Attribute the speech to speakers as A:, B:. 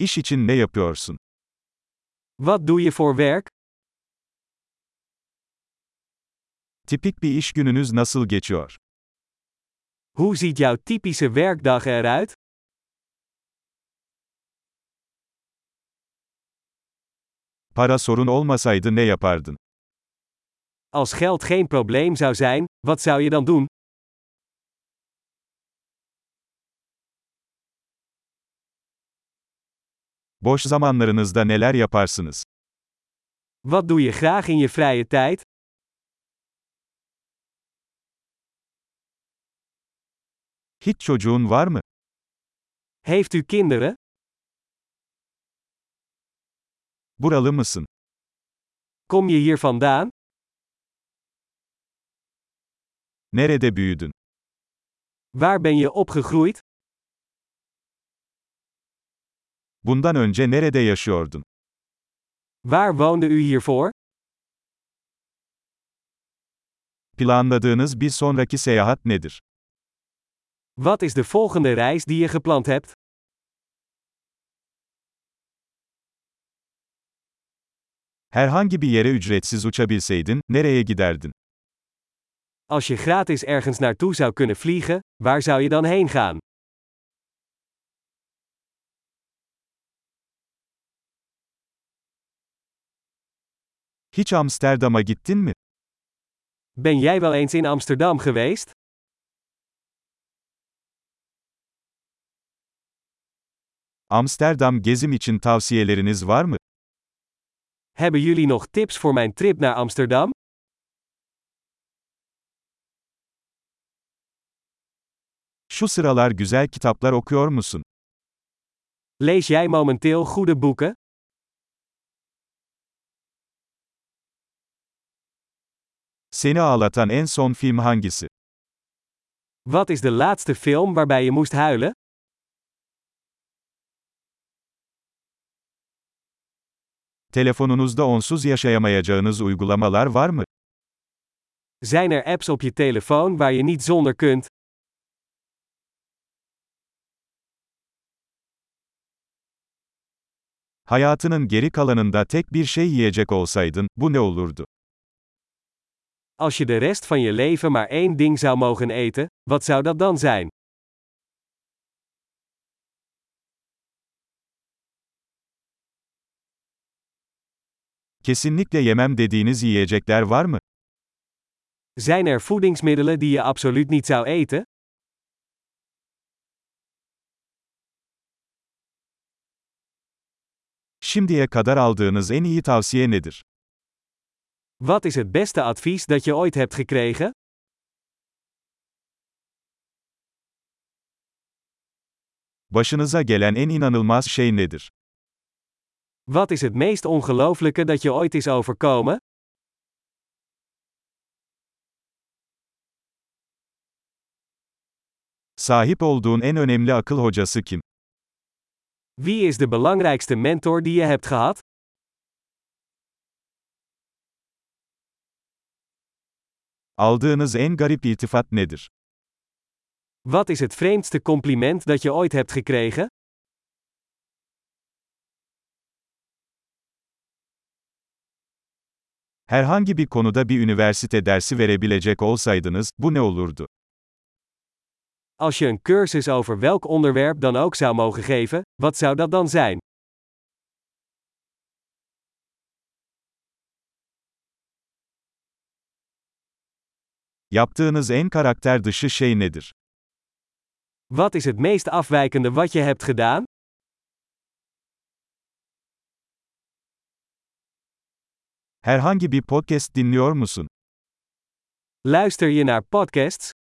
A: İş için ne yapıyorsun?
B: Wat doe je voor werk?
A: Tipik bir iş gününüz nasıl geçiyor?
B: Hoe ziet jouw typische werkdag eruit?
A: Para sorun olmasaydı ne yapardın?
B: Als geld geen probleem zou zijn, wat zou je dan doen?
A: Boş zamanlarınızda neler yaparsınız?
B: Wat doe je graag in je vrije tijd?
A: Hiç çocuğun var mı?
B: Heeft u kinderen?
A: Buralı mısın?
B: Kom je hier vandaan?
A: Nerede büyüdün?
B: Waar ben je opgegroeid?
A: Bundan önce nerede yaşıyordun?
B: Waar woonde u hiervoor?
A: Planladığınız bir sonraki seyahat nedir?
B: Wat is de volgende reis die je gepland hebt?
A: Herhangi bir yere ücretsiz uçabilseydin, nereye giderdin?
B: Als je gratis ergens naartoe zou kunnen vliegen, waar zou je dan heen gaan?
A: Hiç Amsterdam'a gittin mi?
B: Ben jij wel eens in Amsterdam geweest?
A: Amsterdam gezim için tavsiyeleriniz var mı?
B: Hebben jullie nog tips voor mijn trip naar Amsterdam?
A: Şu sıralar güzel kitaplar okuyor musun?
B: Lees jij momenteel goede boeken?
A: Seni ağlatan en son film hangisi?
B: Wat is de laatste film waarbij je moest huilen?
A: Telefonunuzda onsuz yaşayamayacağınız uygulamalar var mı?
B: Zijn er apps op je telefoon waar je niet zonder kunt?
A: Hayatının geri kalanında tek bir şey yiyecek olsaydın, bu ne olurdu?
B: Als je de rest van je leven maar één ding zou mogen eten, wat zou dat dan zijn?
A: Kesinlikle yemem dediğiniz yiyecekler var mı?
B: Zijn er voedingsmiddelen die je absoluut niet zou eten?
A: Şimdiye kadar aldığınız en iyi tavsiye nedir?
B: Wat is het beste advies dat je ooit hebt gekregen?
A: Başınıza gelen en inanılmaz şey nedir?
B: Wat is het meest ongelooflijke dat je ooit is overkomen?
A: Sahip olduğun en önemli akıl hocası kim?
B: Wie is de belangrijkste mentor die je hebt gehad?
A: Aldığınız en garip iltifat nedir?
B: Wat is het vreemdste compliment dat je ooit hebt gekregen?
A: Herhangi bir konuda bir üniversite dersi verebilecek olsaydınız, bu ne olurdu?
B: Als je een cursus over welk onderwerp dan ook zou mogen geven, wat zou dat dan zijn?
A: Yaptığınız en karakter dışı şey nedir?
B: Wat is het meest afwijkende wat je hebt gedaan?
A: Herhangi bir podcast dinliyor musun?
B: Luister je naar podcasts?